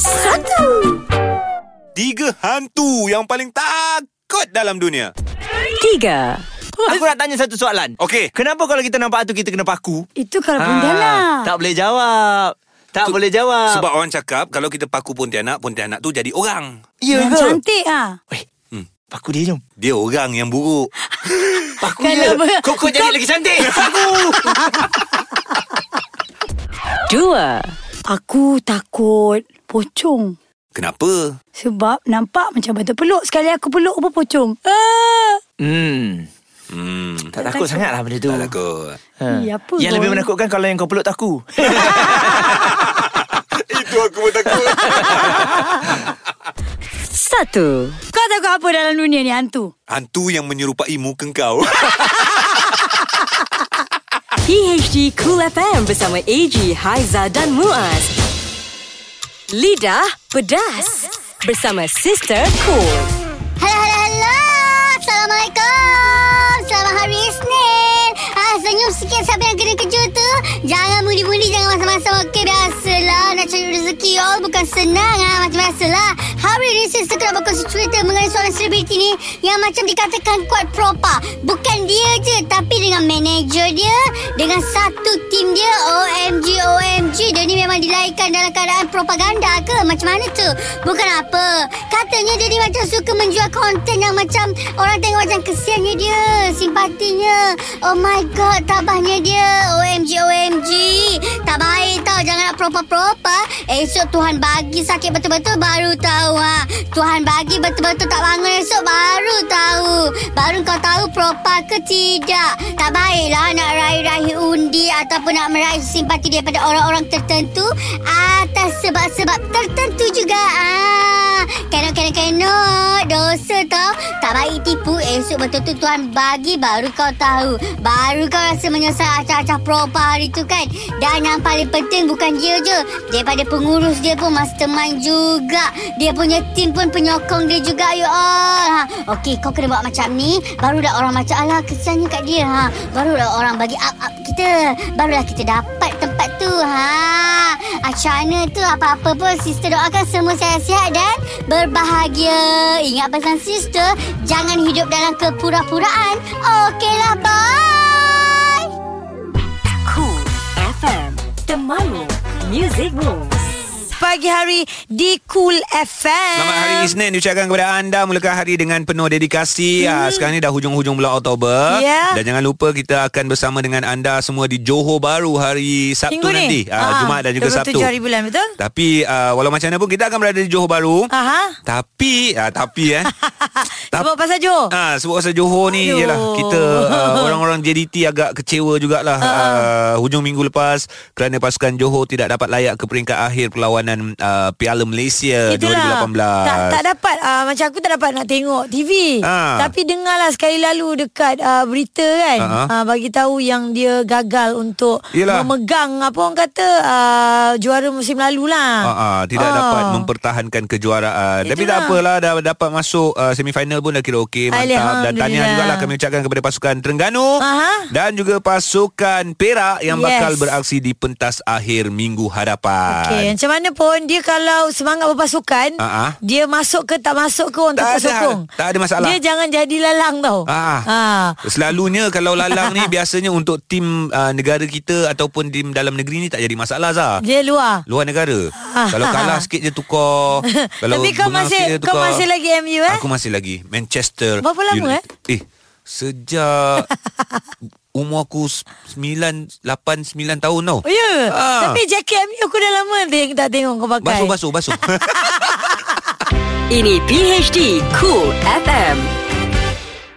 B: Tiga hantu yang paling takut dalam dunia.
A: 3
K: Aku nak tanya satu soalan.
B: Okey.
K: Kenapa kalau kita nampak hantu kita kena paku?
C: Itu kalau Pontianak.
K: Ah, tak boleh jawab. Tak
B: Tu-
K: boleh jawab.
B: Sebab orang cakap kalau kita paku Pontianak, Pontianak tu jadi orang.
K: Ya
C: Yang
K: ke?
C: cantik ah.
K: Weh, paku dia jom.
B: Dia orang yang buruk.
K: Paku
L: Kan
C: Kalau
K: dia.
C: ber-
K: Koko jadi lagi cantik. Paku.
A: 2
L: Aku takut pocong.
B: Kenapa?
L: Sebab nampak macam batu peluk. Sekali aku peluk pun pocong. Ah,
K: Hmm.
B: Hmm,
K: Tak takut sangat lah benda tu.
B: tak takut.
K: Ha.
L: Eh, apa
K: Yang
L: kau
K: lebih
L: ni?
K: menakutkan kalau yang kau peluk tu aku.
B: Itu aku pun takut.
A: 1
L: Kau takut apa dalam dunia ni hantu?
B: Hantu yang menyerupai muka kau.
A: PHD Cool FM bersama AG, Haiza dan Muaz. Lidah pedas bersama Sister Cool.
L: Hello, hello, hello. Assalamualaikum. Selamat hari Isnin. Ah, senyum sikit siapa yang kena kerja tu. Jangan mudi-mudi, jangan masa-masa. Okey, biasalah nak cari rezeki.
M: rezeki all bukan senang ah macam biasalah. Hari ini saya sekerap berkongsi cerita mengenai seorang selebriti ni yang macam dikatakan kuat propa. Bukan dia je tapi dengan manager dia, dengan satu tim dia. OMG, OMG. Dia ni memang dilahirkan dalam keadaan propaganda ke? Macam mana tu? Bukan apa. Katanya dia ni macam suka menjual konten yang macam orang tengok macam kesiannya dia, simpatinya. Oh my god, tabahnya dia. OMG, OMG. Tak baik tau. Jangan nak propa-propa. Esok Tuhan bagi sakit betul-betul baru tahu. Ha. Tuhan bagi betul-betul tak bangun esok baru tahu. Baru kau tahu propa ke tidak. Tak baiklah nak raih-raih undi ataupun nak meraih simpati daripada orang-orang tertentu atas sebab-sebab tertentu juga. Ah, cannot, cannot, cannot. Dosa tau. Tak baik tipu. Esok betul-betul Tuhan bagi baru kau tahu. Baru kau rasa menyesal acah-acah propa hari tu kan. Dan yang paling penting bukan dia je. Daripada pengurus dia pun mastermind juga. Dia punya tim pun penyokong dia juga you all. Ha. Okey, kau kena buat macam ni. Barulah orang macam alah kesiannya kat dia. Ha. Barulah orang bagi up-up kita. Barulah kita dapat tempat tu. Ha. Acana tu apa-apa pun sister doakan semua sihat-sihat dan berbahagia. Ingat pesan sister, jangan hidup dalam kepura-puraan. Okeylah, bye.
A: Cool FM Temanmu Music Moves
C: Pagi hari di Cool FM
B: Selamat hari Isnin diucapkan kepada anda Mulakan hari dengan penuh dedikasi hmm. Sekarang ni dah hujung-hujung bulan Oktober
C: Ya.
B: Dan jangan lupa kita akan bersama dengan anda semua di Johor Baru hari Sabtu
C: Minggu ni
B: nanti Ah, Jumaat dan juga Sabtu
C: 27 hari bulan betul?
B: Tapi uh, walau macam mana pun kita akan berada di Johor Baru
C: Aha.
B: Tapi ah, Tapi eh
C: Tap- Sebab Lah. pasal Johor
B: Ah, sebab pasal Johor ni
C: Aduh.
B: Aduh. Yelah Kita uh, Orang-orang JDT agak kecewa jugalah
C: Ah,
B: uh-uh. uh, Hujung minggu lepas Kerana pasukan Johor Tidak dapat layak ke peringkat akhir Perlawanan uh, Piala Malaysia
C: Itulah.
B: 2018
C: lah. Tak, tak dapat uh, Macam aku tak dapat nak tengok TV
B: Ah.
C: Tapi dengarlah sekali lalu Dekat uh, berita kan
B: Ah,
C: uh-huh.
B: ah.
C: uh, Bagi tahu yang dia gagal Untuk
B: Yelah.
C: memegang Apa orang kata uh, Juara musim lalu lah
B: Ah, ah, tidak
C: Ah. Ya,
B: dapat mempertahankan kejuaraan. Tapi
C: Itulah.
B: tak apalah dah dapat masuk uh, semifinal pun dah kira okey, mantap dan tahniah
C: Alhamdulillah.
B: jugalah kami ucapkan kepada pasukan Terengganu
C: Aha.
B: dan juga pasukan Perak yang
C: Yes.
B: yes. bakal beraksi di pentas akhir Minggu
C: Okay,
B: Harapan.
C: macam mana pun dia kalau semangat berpasukan,
B: Ah, ah.
C: dia masuk ke tak masuk ke orang
B: Tak
C: tak
B: ada-
C: sokong.
B: tak ada masalah.
C: Dia jangan jadi lalang tau.
B: Ah.
C: Ah.
B: Selalunya kalau lalang ni biasanya untuk tim uh, negara kita ataupun tim dalam negeri ni tak jadi masalah Zah.
C: Dia luar.
B: Luar negara.
C: Ah.
B: kalau kalah sikit je tukar. kalau
C: Tapi kau
B: bengang sikit
C: masih
B: je
C: kau
B: tukar. Ah,
C: masih lagi MU eh?
B: Aku masih lagi Manchester
C: Berapa lama,
B: eh? Eh Sejak Umur aku 9 8 9 tahun tau
C: Oh ya. Yeah.
B: Ah.
C: Tapi jaket MU aku dah lama dia tak tengok kau pakai.
B: Basuh basuh basuh
A: Ini PHD Cool FM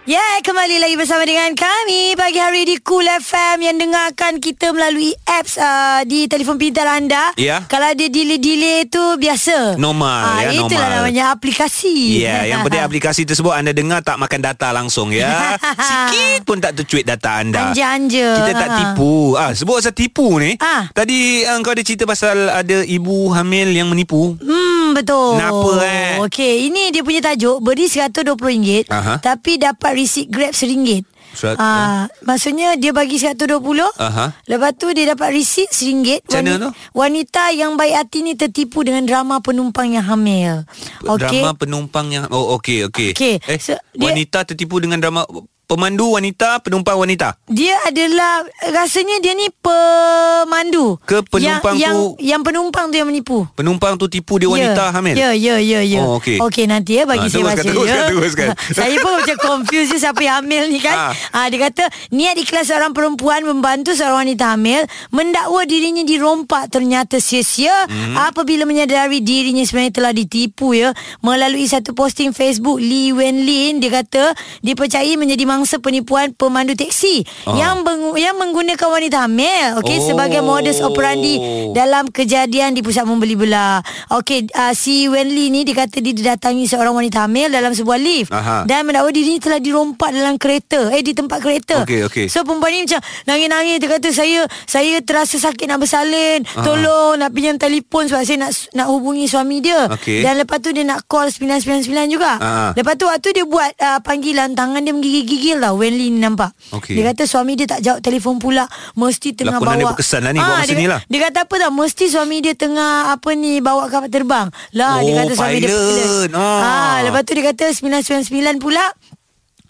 C: Ya, yeah, kembali lagi bersama dengan kami pagi hari di Cool FM yang dengarkan kita melalui apps uh, di telefon pintar anda.
B: Ya.
C: Kalau ada delay-delay tu biasa. Ah,
B: Normal, ya,
C: itulah
B: normal.
C: namanya aplikasi.
B: Ya, yeah, yang penting aplikasi tersebut anda dengar tak makan data langsung ya. Sikit pun tak tercuit data anda.
C: Anja-anja.
B: Kita tak
C: Ha.
B: tipu. Ah, sebut pasal tipu ni.
C: Ah.
B: Tadi uh, kau ada cerita pasal ada ibu hamil yang menipu.
C: Hmm, betul.
B: Kenapa, eh?
C: Okey, ini dia punya tajuk beri RM120
B: Aha. ya.
C: tapi dapat receipt Grab RM1.
B: Surat-
C: Ah, maksudnya dia bagi RM120
B: Aha.
C: Lepas tu dia dapat receipt RM1
B: Ah. Macam mana
C: Wanita, wanita yang baik hati ni tertipu dengan drama penumpang yang hamil Okey.
B: Drama penumpang yang Oh okey okey.
C: Okey,
B: Eh,
C: so dia-
B: wanita tertipu dengan drama pemandu wanita, penumpang wanita.
C: Dia adalah Rasanya dia ni pemandu
B: Ke penumpang
C: yang,
B: tu-
C: yang, yang penumpang tu yang menipu
B: Penumpang tu tipu dia wanita hamil.
C: Ya, ya, ya, ya.
B: Oh, okey.
C: Okey, nanti ya
B: Ah,
C: bagi saya
B: teruskan,
C: baca.
B: teruskan,
C: ya.
B: teruskan.
C: saya pun macam confused je siapa yang hamil ni kan. Ah. dia kata, niat ikhlas seorang perempuan membantu seorang wanita hamil mendakwa dirinya dirompak ternyata sia-sia hmm. apabila menyadari dirinya sebenarnya telah ditipu ya. Melalui satu posting Facebook Lee Wen Lin, dia kata dipercayai menjadi mangsa penipuan pemandu teksi
N: Ah.
C: yang beng- yang menggunakan wanita hamil okey
N: Oh.
C: sebagai modus
B: Oh.
C: operandi dalam kejadian di pusat membeli belah. Okey, uh, si Wenli ni dia kata dia didatangi seorang wanita hamil dalam sebuah lift
B: Aha.
C: dan mendakwa dirinya telah dirompak dalam kereta, eh di tempat kereta.
B: Okey, okey.
C: So perempuan ni macam nangis-nangis dia kata saya saya terasa sakit nak bersalin,
N: Aha.
C: tolong nak pinjam telefon sebab saya nak nak hubungi suami dia.
N: Okey.
C: Dan lepas tu dia nak call 999 juga.
N: Aha.
C: Lepas tu waktu dia buat uh, panggilan tangan dia menggigit-gigit gigil tau When Lin nampak
B: Okey.
C: Dia kata suami dia tak jawab telefon pula Mesti tengah
B: Lakonan dia
C: bawa
B: berkesan lah ni, bawa
C: Ah,
B: masa
C: dia,
B: ni lah.
C: Dia kata apa tau Mesti suami dia tengah Apa ni Bawa kapal terbang Lah dia
B: Oh,
C: kata suami dia
B: pilot. Ah.
C: ah. Lepas tu dia kata 999 pula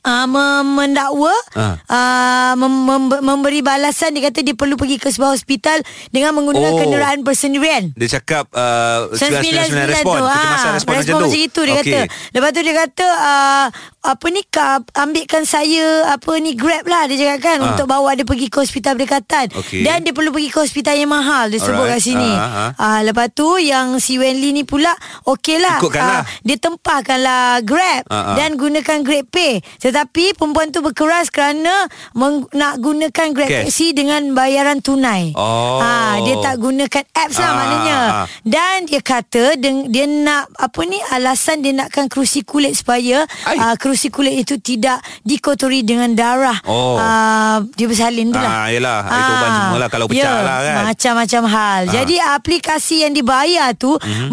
C: Uh, mendakwa
B: Ah.
C: uh, mem- mem- memberi balasan dia kata dia perlu pergi ke sebuah hospital dengan
B: Oh.
C: menggunakan kenderaan bersendirian
B: Dia cakap uh, 999 ah, respon
C: tu,
B: Kita masa
C: ha,
B: respon macam
C: respon
B: tu
C: macam itu dia okay.
B: Okey.
C: kata Lepas tu dia kata uh, Apa ni ka, Ambilkan saya Apa ni Grab lah Dia cakap kan
B: Ah.
C: Untuk bawa dia pergi ke hospital berdekatan
B: Okey.
C: Dan dia perlu pergi ke hospital yang mahal Dia sebut
B: Alright.
C: kat sini
B: Ah,
C: uh, Lepas tu Yang si Wenli ni pula Okey lah
B: Ikutkanlah.
C: Ah, Dia tempahkanlah Grab
B: Ah, ah.
C: Dan gunakan Grab Pay Tetapi perempuan tu berkeras kerana meng- Nak gunakan Grab
B: Cash.
C: Taxi dengan bayaran tunai
B: Oh.
C: Ah, Dia tak gunakan apps lah
B: Ah,
C: maknanya
B: ah, ah.
C: dan dia kata deng- dia nak apa ni alasan dia nakkan kerusi kulit supaya uh, kerusi kulit itu tidak dikotori dengan darah.
B: Oh.
C: Uh, dia bersalin tu
B: Ah,
C: lah.
B: yelah. Air korban semua lah kalau pecah lah kan.
C: ya, Macam-macam hal.
B: Ah.
C: Jadi aplikasi yang dibayar tu
B: Mhm.
C: mm-hmm.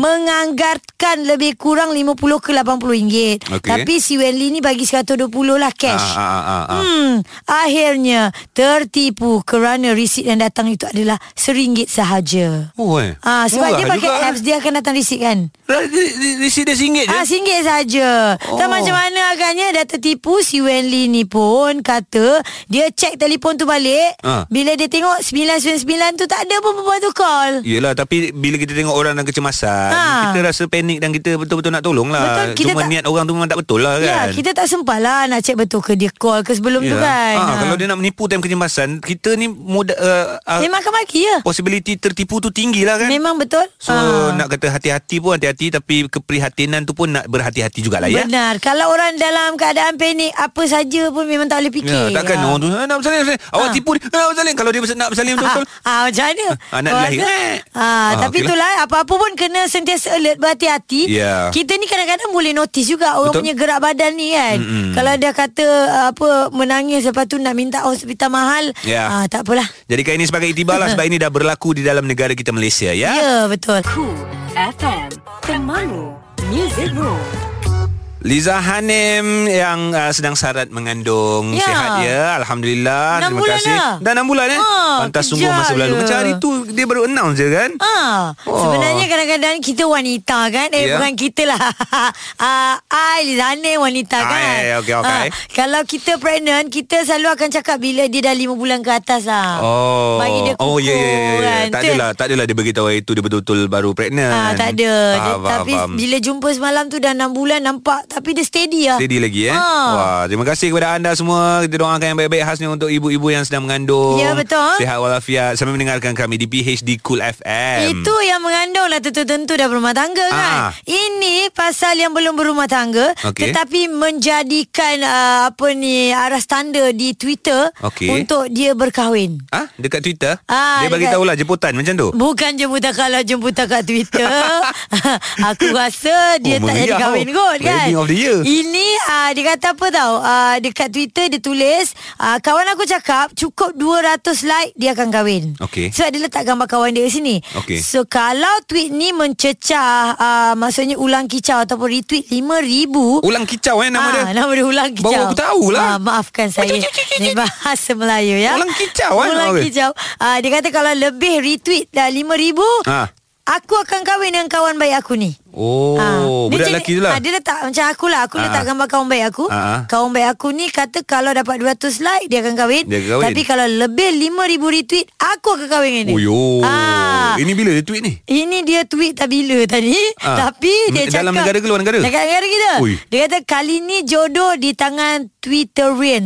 C: menganggarkan lebih kurang 50 ke 80 ringgit.
B: Okey.
C: Tapi si Wenli ni bagi 120 lah
B: Ah,
C: cash.
B: ah, ah, ah.
C: Hmm, akhirnya tertipu kerana receipt yang datang itu adalah RM1 sahaja.
B: Oh, eh.
C: Ah, sebab
B: Murah
C: dia pakai
B: juga, eh.
C: apps dia akan datang receipt kan.
B: Receipt Lah, dia RM1 je.
C: Ah, RM1 saja. Oh. Tak macam mana agaknya dah tertipu si Wenli ni pun kata dia check telefon tu balik.
B: Ah.
C: Bila dia tengok 999 tu tak ada pun perempuan tu call.
B: Yelah tapi bila kita tengok orang dalam kecemasan
C: Ha.
B: Kita rasa panik dan kita betul-betul nak tolong lah
C: Betul, kita
B: Cuma
C: tak-
B: niat orang tu memang tak betul lah
C: Ya,
B: kan
C: kita tak sempat lah nak check betul ke dia call ke sebelum tu
B: Yelah.
C: kan.
B: Ah, Kalau dia nak menipu time kecemasan Kita ni muda, uh, uh,
C: Memang akan maki ya.
B: Possibility tertipu tu tinggi lah kan
C: Memang betul.
B: So
C: Ah.
B: nak kata hati-hati pun hati-hati Tapi keprihatinan tu pun nak berhati-hati jugalah ya
C: Benar. Kalau orang dalam keadaan panik, apa saja pun memang tak boleh fikir.
B: Ya, takkan orang tu "Ah, nak bersalin, bersalin. Awak tipu dia. Ah, Nak bersalin kalau dia bersa- nak bersalin betul-betul.
C: Ah, ah, macam mana?
B: Ah, anak
C: Orang
B: lahir.
C: tu- Ah,
B: Ah,
C: tapi
B: okeylah.
C: itulah apa-apa pun kena sentiasa alert berhati-hati.
B: Ya.
C: Kita ni kadang-kadang boleh notice juga orang
B: Betul.
C: punya gerak badan ni kan.
B: Mm-mm.
C: Kalau dia kata ah, apa menangis lepas tu nak minta hospital mahal,
B: Ya.
C: ah, tak apalah.
B: Jadikan ini sebagai itibar lah sebab ini dah berlaku di dalam negara kita Malaysia ya.
C: Ya, betul.
A: Cool FM Temanmu Music Room
B: Liza Hanem yang uh, sedang syarat mengandung
A: Ya.
B: sihat ya. Alhamdulillah.
A: Enam
B: Terima
A: bulan
B: kasih.
A: dah.
B: Dah 6 bulan eh.
C: Ha,
B: Pantas
C: kejar
B: sungguh masa berlalu.
C: je.
B: Macam hari tu dia baru announce je kan.
C: Ah, oh. Sebenarnya kadang-kadang kita wanita kan Eh
B: Ya.
C: yeah. bukan kita lah uh, I Lizane wanita
B: Ah,
C: kan
B: ya, ya, okey, okey.
C: Ah, Kalau kita pregnant Kita selalu akan cakap Bila dia dah 5 bulan ke atas lah
B: Oh.
C: Bagi dia kukur
B: oh ya ya ya. ya.
C: kan.
B: Tak
C: Tu
B: adalah, tak adalah dia beritahu hari tu dia betul-betul baru pregnant.
C: Ah, tak ada dia,
B: Kan? Faham, faham,
C: Tapi
B: faham.
C: bila jumpa semalam tu Dah 6 bulan nampak Tapi dia steady lah
B: Steady lagi eh.
C: Ah.
B: Wah, terima kasih kepada anda semua. Kita doakan yang baik-baik khasnya untuk ibu-ibu yang sedang mengandung.
C: Ya, betul.
B: Sihat walafiat sambil mendengarkan kami di PHD Cool FM.
C: Itu yang mengandung lah tentu-tentu dah berumah tangga kan.
B: kan? Ah.
C: Ini pasal yang belum berumah tangga
B: Okey.
C: tetapi menjadikan uh, apa ni aras tanda di Twitter
B: Okey.
C: untuk dia berkahwin.
B: Ah, dekat Twitter.
C: Ah,
B: dia bagi
C: dekat-
B: tahulah jemputan macam tu.
C: Bukan jemputan kalau jemputan kat Twitter. Aku rasa dia
B: Oh,
C: tak jadi
B: meriah
C: kahwin
B: tau.
C: kot kan.
B: Wedding of the year.
C: Ini uh, dia kata apa tau. Uh, dekat Twitter dia tulis. Uh, kawan aku cakap cukup 200 like dia akan kahwin.
B: Okey.
C: Sebab dia letak gambar kawan dia sini.
B: Okey.
C: So kalau tweet ni mencecah. Uh, maksudnya ulang kicau ataupun retweet 5,000.
B: Ulang kicau eh nama
C: Ah,
B: dia.
C: Nama dia ulang kicau.
B: Baru aku tahulah. Oh,
C: Ah, maafkan saya. Ni bahasa Melayu ya.
B: Ulang kicau, eh?
C: Ulang
B: Okey.
C: kicau. Ah, dia kata kalau lebih retweet dah 5000,
B: Ah.
C: aku akan kahwin dengan kawan baik aku ni.
B: Oh,
C: Dia
B: budak
C: jadi-
B: lelaki tu lah.
C: ah, Dia letak macam akulah Aku
B: Ah,
C: letak
B: ah.
C: gambar kawan baik aku
B: Ah, ah.
C: Kawan baik aku ni kata Kalau dapat 200 like Dia akan kahwin,
B: Dia akan kahwin.
C: Tapi kalau lebih 5,000 retweet Aku akan kahwin dengan dia
B: Oh, yo.
C: Ah.
B: Ini bila dia tweet ni?
C: ini dia tweet tak bila tadi
B: Ah.
C: Tapi dia
B: M-
C: cakap
B: dalam negara ke luar negara?
C: Dekat negara kita
B: Ui.
C: Dia kata kali ni jodoh di tangan Twitterian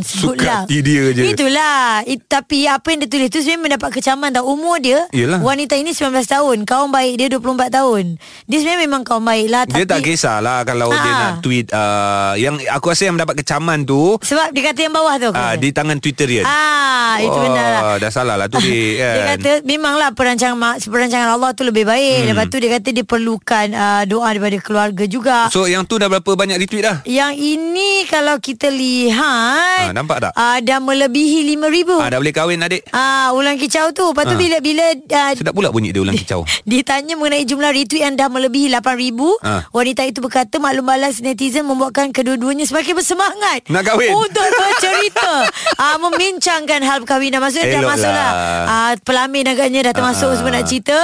B: Suka
C: Sebutlah
B: hati dia je.
C: Itulah It, Tapi apa yang dia tulis tu Sebenarnya mendapat kecaman tau Umur dia
B: Yelah.
C: Wanita ini 19 tahun Kawan baik dia 24 tahun Dia sebenarnya memang kawan baik lah
B: Dia tak kisahlah kalau dia
C: Ah.
B: nak tweet uh, yang aku rasa yang mendapat kecaman tu
C: Sebab dia kata yang bawah tu aku
B: uh,
C: kata.
B: di tangan Twitterian.
C: Ah, itu benar lah
B: Dah salah lah tu dia kan.
C: Dia kata memanglah perancangan ma- perancangan Allah tu lebih baik.
B: Hmm.
C: Hmm. Lepas tu dia kata dia perlukan uh, doa daripada keluarga juga.
B: So yang tu dah berapa banyak retweet dah?
C: Yang ini kalau kita lihat
B: Ah, nampak tak?
C: ah, dah melebihi 5000.
B: Ah, dah boleh kahwin adik.
C: Ah ulang kicau tu. Lepas tu
B: Ah.
C: bila bila ah,
B: Sedap pula bunyi dia ulang kicau.
C: ditanya mengenai jumlah retweet yang dah melebihi 8000 RM50,000
B: Ah.
C: Wanita itu berkata maklum balas netizen membuatkan kedua-duanya semakin bersemangat
B: Nak kahwin.
C: Untuk bercerita ah, Membincangkan hal perkahwinan Maksudnya dah
B: Elok
C: masuk lah
B: lah.
C: ah, Pelamin agaknya dah termasuk
B: Ah.
C: semua nak cerita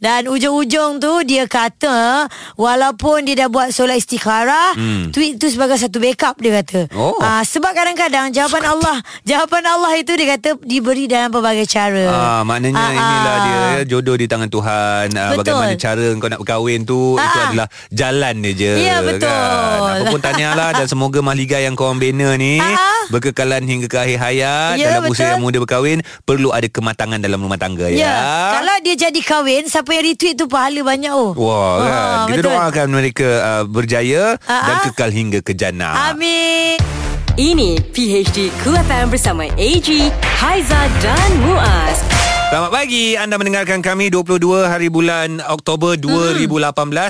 C: Dan ujung-ujung tu dia kata Walaupun dia dah buat solat istikharah
N: Hmm.
C: Tweet tu sebagai satu backup dia kata
N: Oh.
C: ah, Sebab kadang-kadang jawapan Allah Jawapan Allah itu dia kata diberi dalam pelbagai cara
B: Ah, maknanya
C: Ah,
B: inilah
C: ah.
B: dia ya, jodoh di tangan Tuhan. Ah,
C: Betul.
B: bagaimana cara kau nak berkahwin tu itu
C: Ah.
B: adalah jalan dia je.
C: Ya, betul.
B: Kan? Apa pun tahniahlah dan semoga mahligai yang kau bina ni berkekalan hingga ke akhir hayat
C: Ah, Ya,
B: dalam usia
C: betul.
B: yang muda berkahwin perlu ada kematangan dalam rumah tangga
C: Ya, yeah.
B: ya.
C: kalau dia jadi kahwin, siapa yang retweet tu pahala banyak oh.
B: Wah,
C: Ah,
B: kan. Kita
C: betul.
B: doakan mereka uh, berjaya
A: Ah,
B: dan
A: ah.
B: kekal hingga ke jannah.
C: Ah.
A: Amin. Ini PHD Cool FM bersama AG, Haiza dan Muaz.
B: Selamat pagi. Anda mendengarkan kami 22 hari bulan Oktober 2018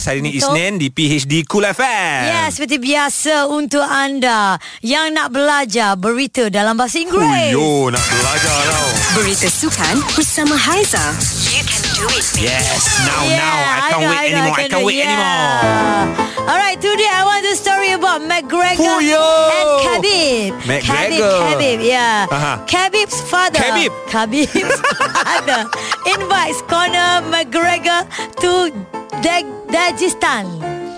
B: hari ini
C: Betul.
B: Isnin di PHD Cool FM.
C: Ya, seperti biasa untuk anda yang nak belajar berita dalam bahasa Inggeris.
B: Yo, nak belajar tau.
A: Berita sukan bersama Haiza. You can do it.
B: Yes, now
A: Yeah,
B: Oh, now I
A: I
B: can't
A: know,
B: wait
A: I
B: anymore.
A: know, I
B: I
A: can
B: can't
A: do-
B: wait
A: yeah.
B: anymore.
C: Alright, today I want the story about McGregor
B: Fuyo.
C: and Khabib. Khabib,
B: McGregor.
C: Khabib, yeah.
B: Aha.
C: Khabib's father.
B: Khabib.
C: Khabib's father invites Conor McGregor to Dag- Dagestan.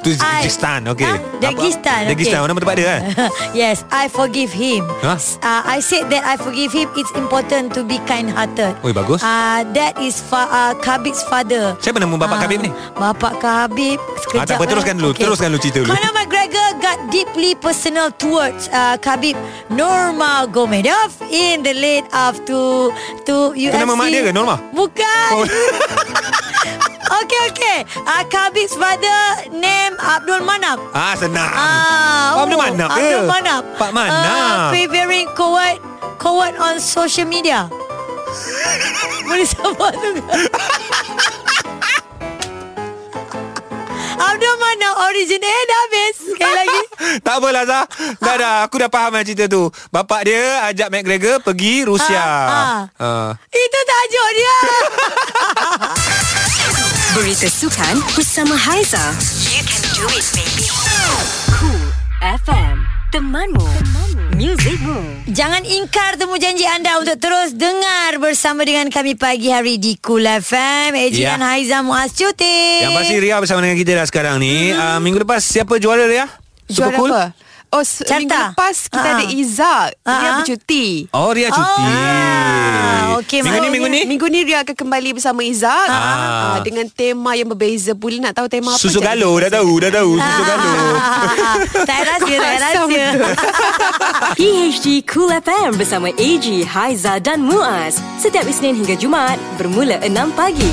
B: Tu Dagestan, okey. Apa-
C: Dagestan. okay.
B: Dagestan, nama tempat dia Ha? kan?
C: yes, I forgive him.
B: Huh?
C: Uh, I said that I forgive him. It's important to be kind-hearted.
B: Oi, bagus.
C: Uh, that is fa- uh, Khabib's father. Uh,
B: Siapa nama bapak Khabib ni?
C: Bapak Khabib.
B: Ah, tak apa,
C: eh.
B: teruskan dulu. Teruskan dulu cerita dulu.
C: Conor McGregor got deeply personal towards uh, Khabib Norma Gomedov in the late of to to UFC.
B: Itu nama mak dia ke, Norma? Oh.
C: Bukan. okay, okay. Uh, Khabib's father name Abdul Manap.
B: Ah, senang.
C: Ah,
B: Abdul Manap ke?
C: Abdul Manap.
B: Pak Manap.
C: Ah, favoring coward coward on social media. Boleh sama tu ke? Abdul Manap origin Eh dah habis Sekali lagi
B: tak apalah Zah Dah dah Aku dah faham lah cerita tu Bapak dia Ajak McGregor Pergi Rusia ah,
C: Ah,
B: ah.
C: Itu tajuk dia
A: Berita sukan bersama Haiza. You can do it, baby. Cool FM. Temanmu. Temanmu. Musicmu.
C: Jangan ingkar temu janji anda Untuk terus dengar Bersama dengan kami Pagi hari di Kul FM Eji
B: Ya.
C: dan Haiza Muaz cuti
B: Yang pasti Ria bersama dengan kita dah sekarang ni hmm. uh, Minggu lepas Siapa juara Ria? Super
O: Juara
B: cool?
O: apa? Oh, se- minggu lepas kita
C: Ha.
O: ada Izzak. Dia bercuti.
B: Oh Ria cuti
C: Ah,
B: oh, Minggu ni minggu ni
O: Minggu Ah, ni Ria akan kembali bersama Izzak
B: Ah.
O: ah. Dengan tema yang berbeza Boleh nak tahu tema apa
B: Susu
O: Cik?
B: galo Dah tahu Dah tahu Susu galo
C: Ah, Tak ada rahsia Tak ada
O: Kosong
C: rahsia
O: tu.
A: PHD Cool FM bersama AG, Haiza dan Muaz. Setiap Isnin hingga Jumaat bermula 6 pagi.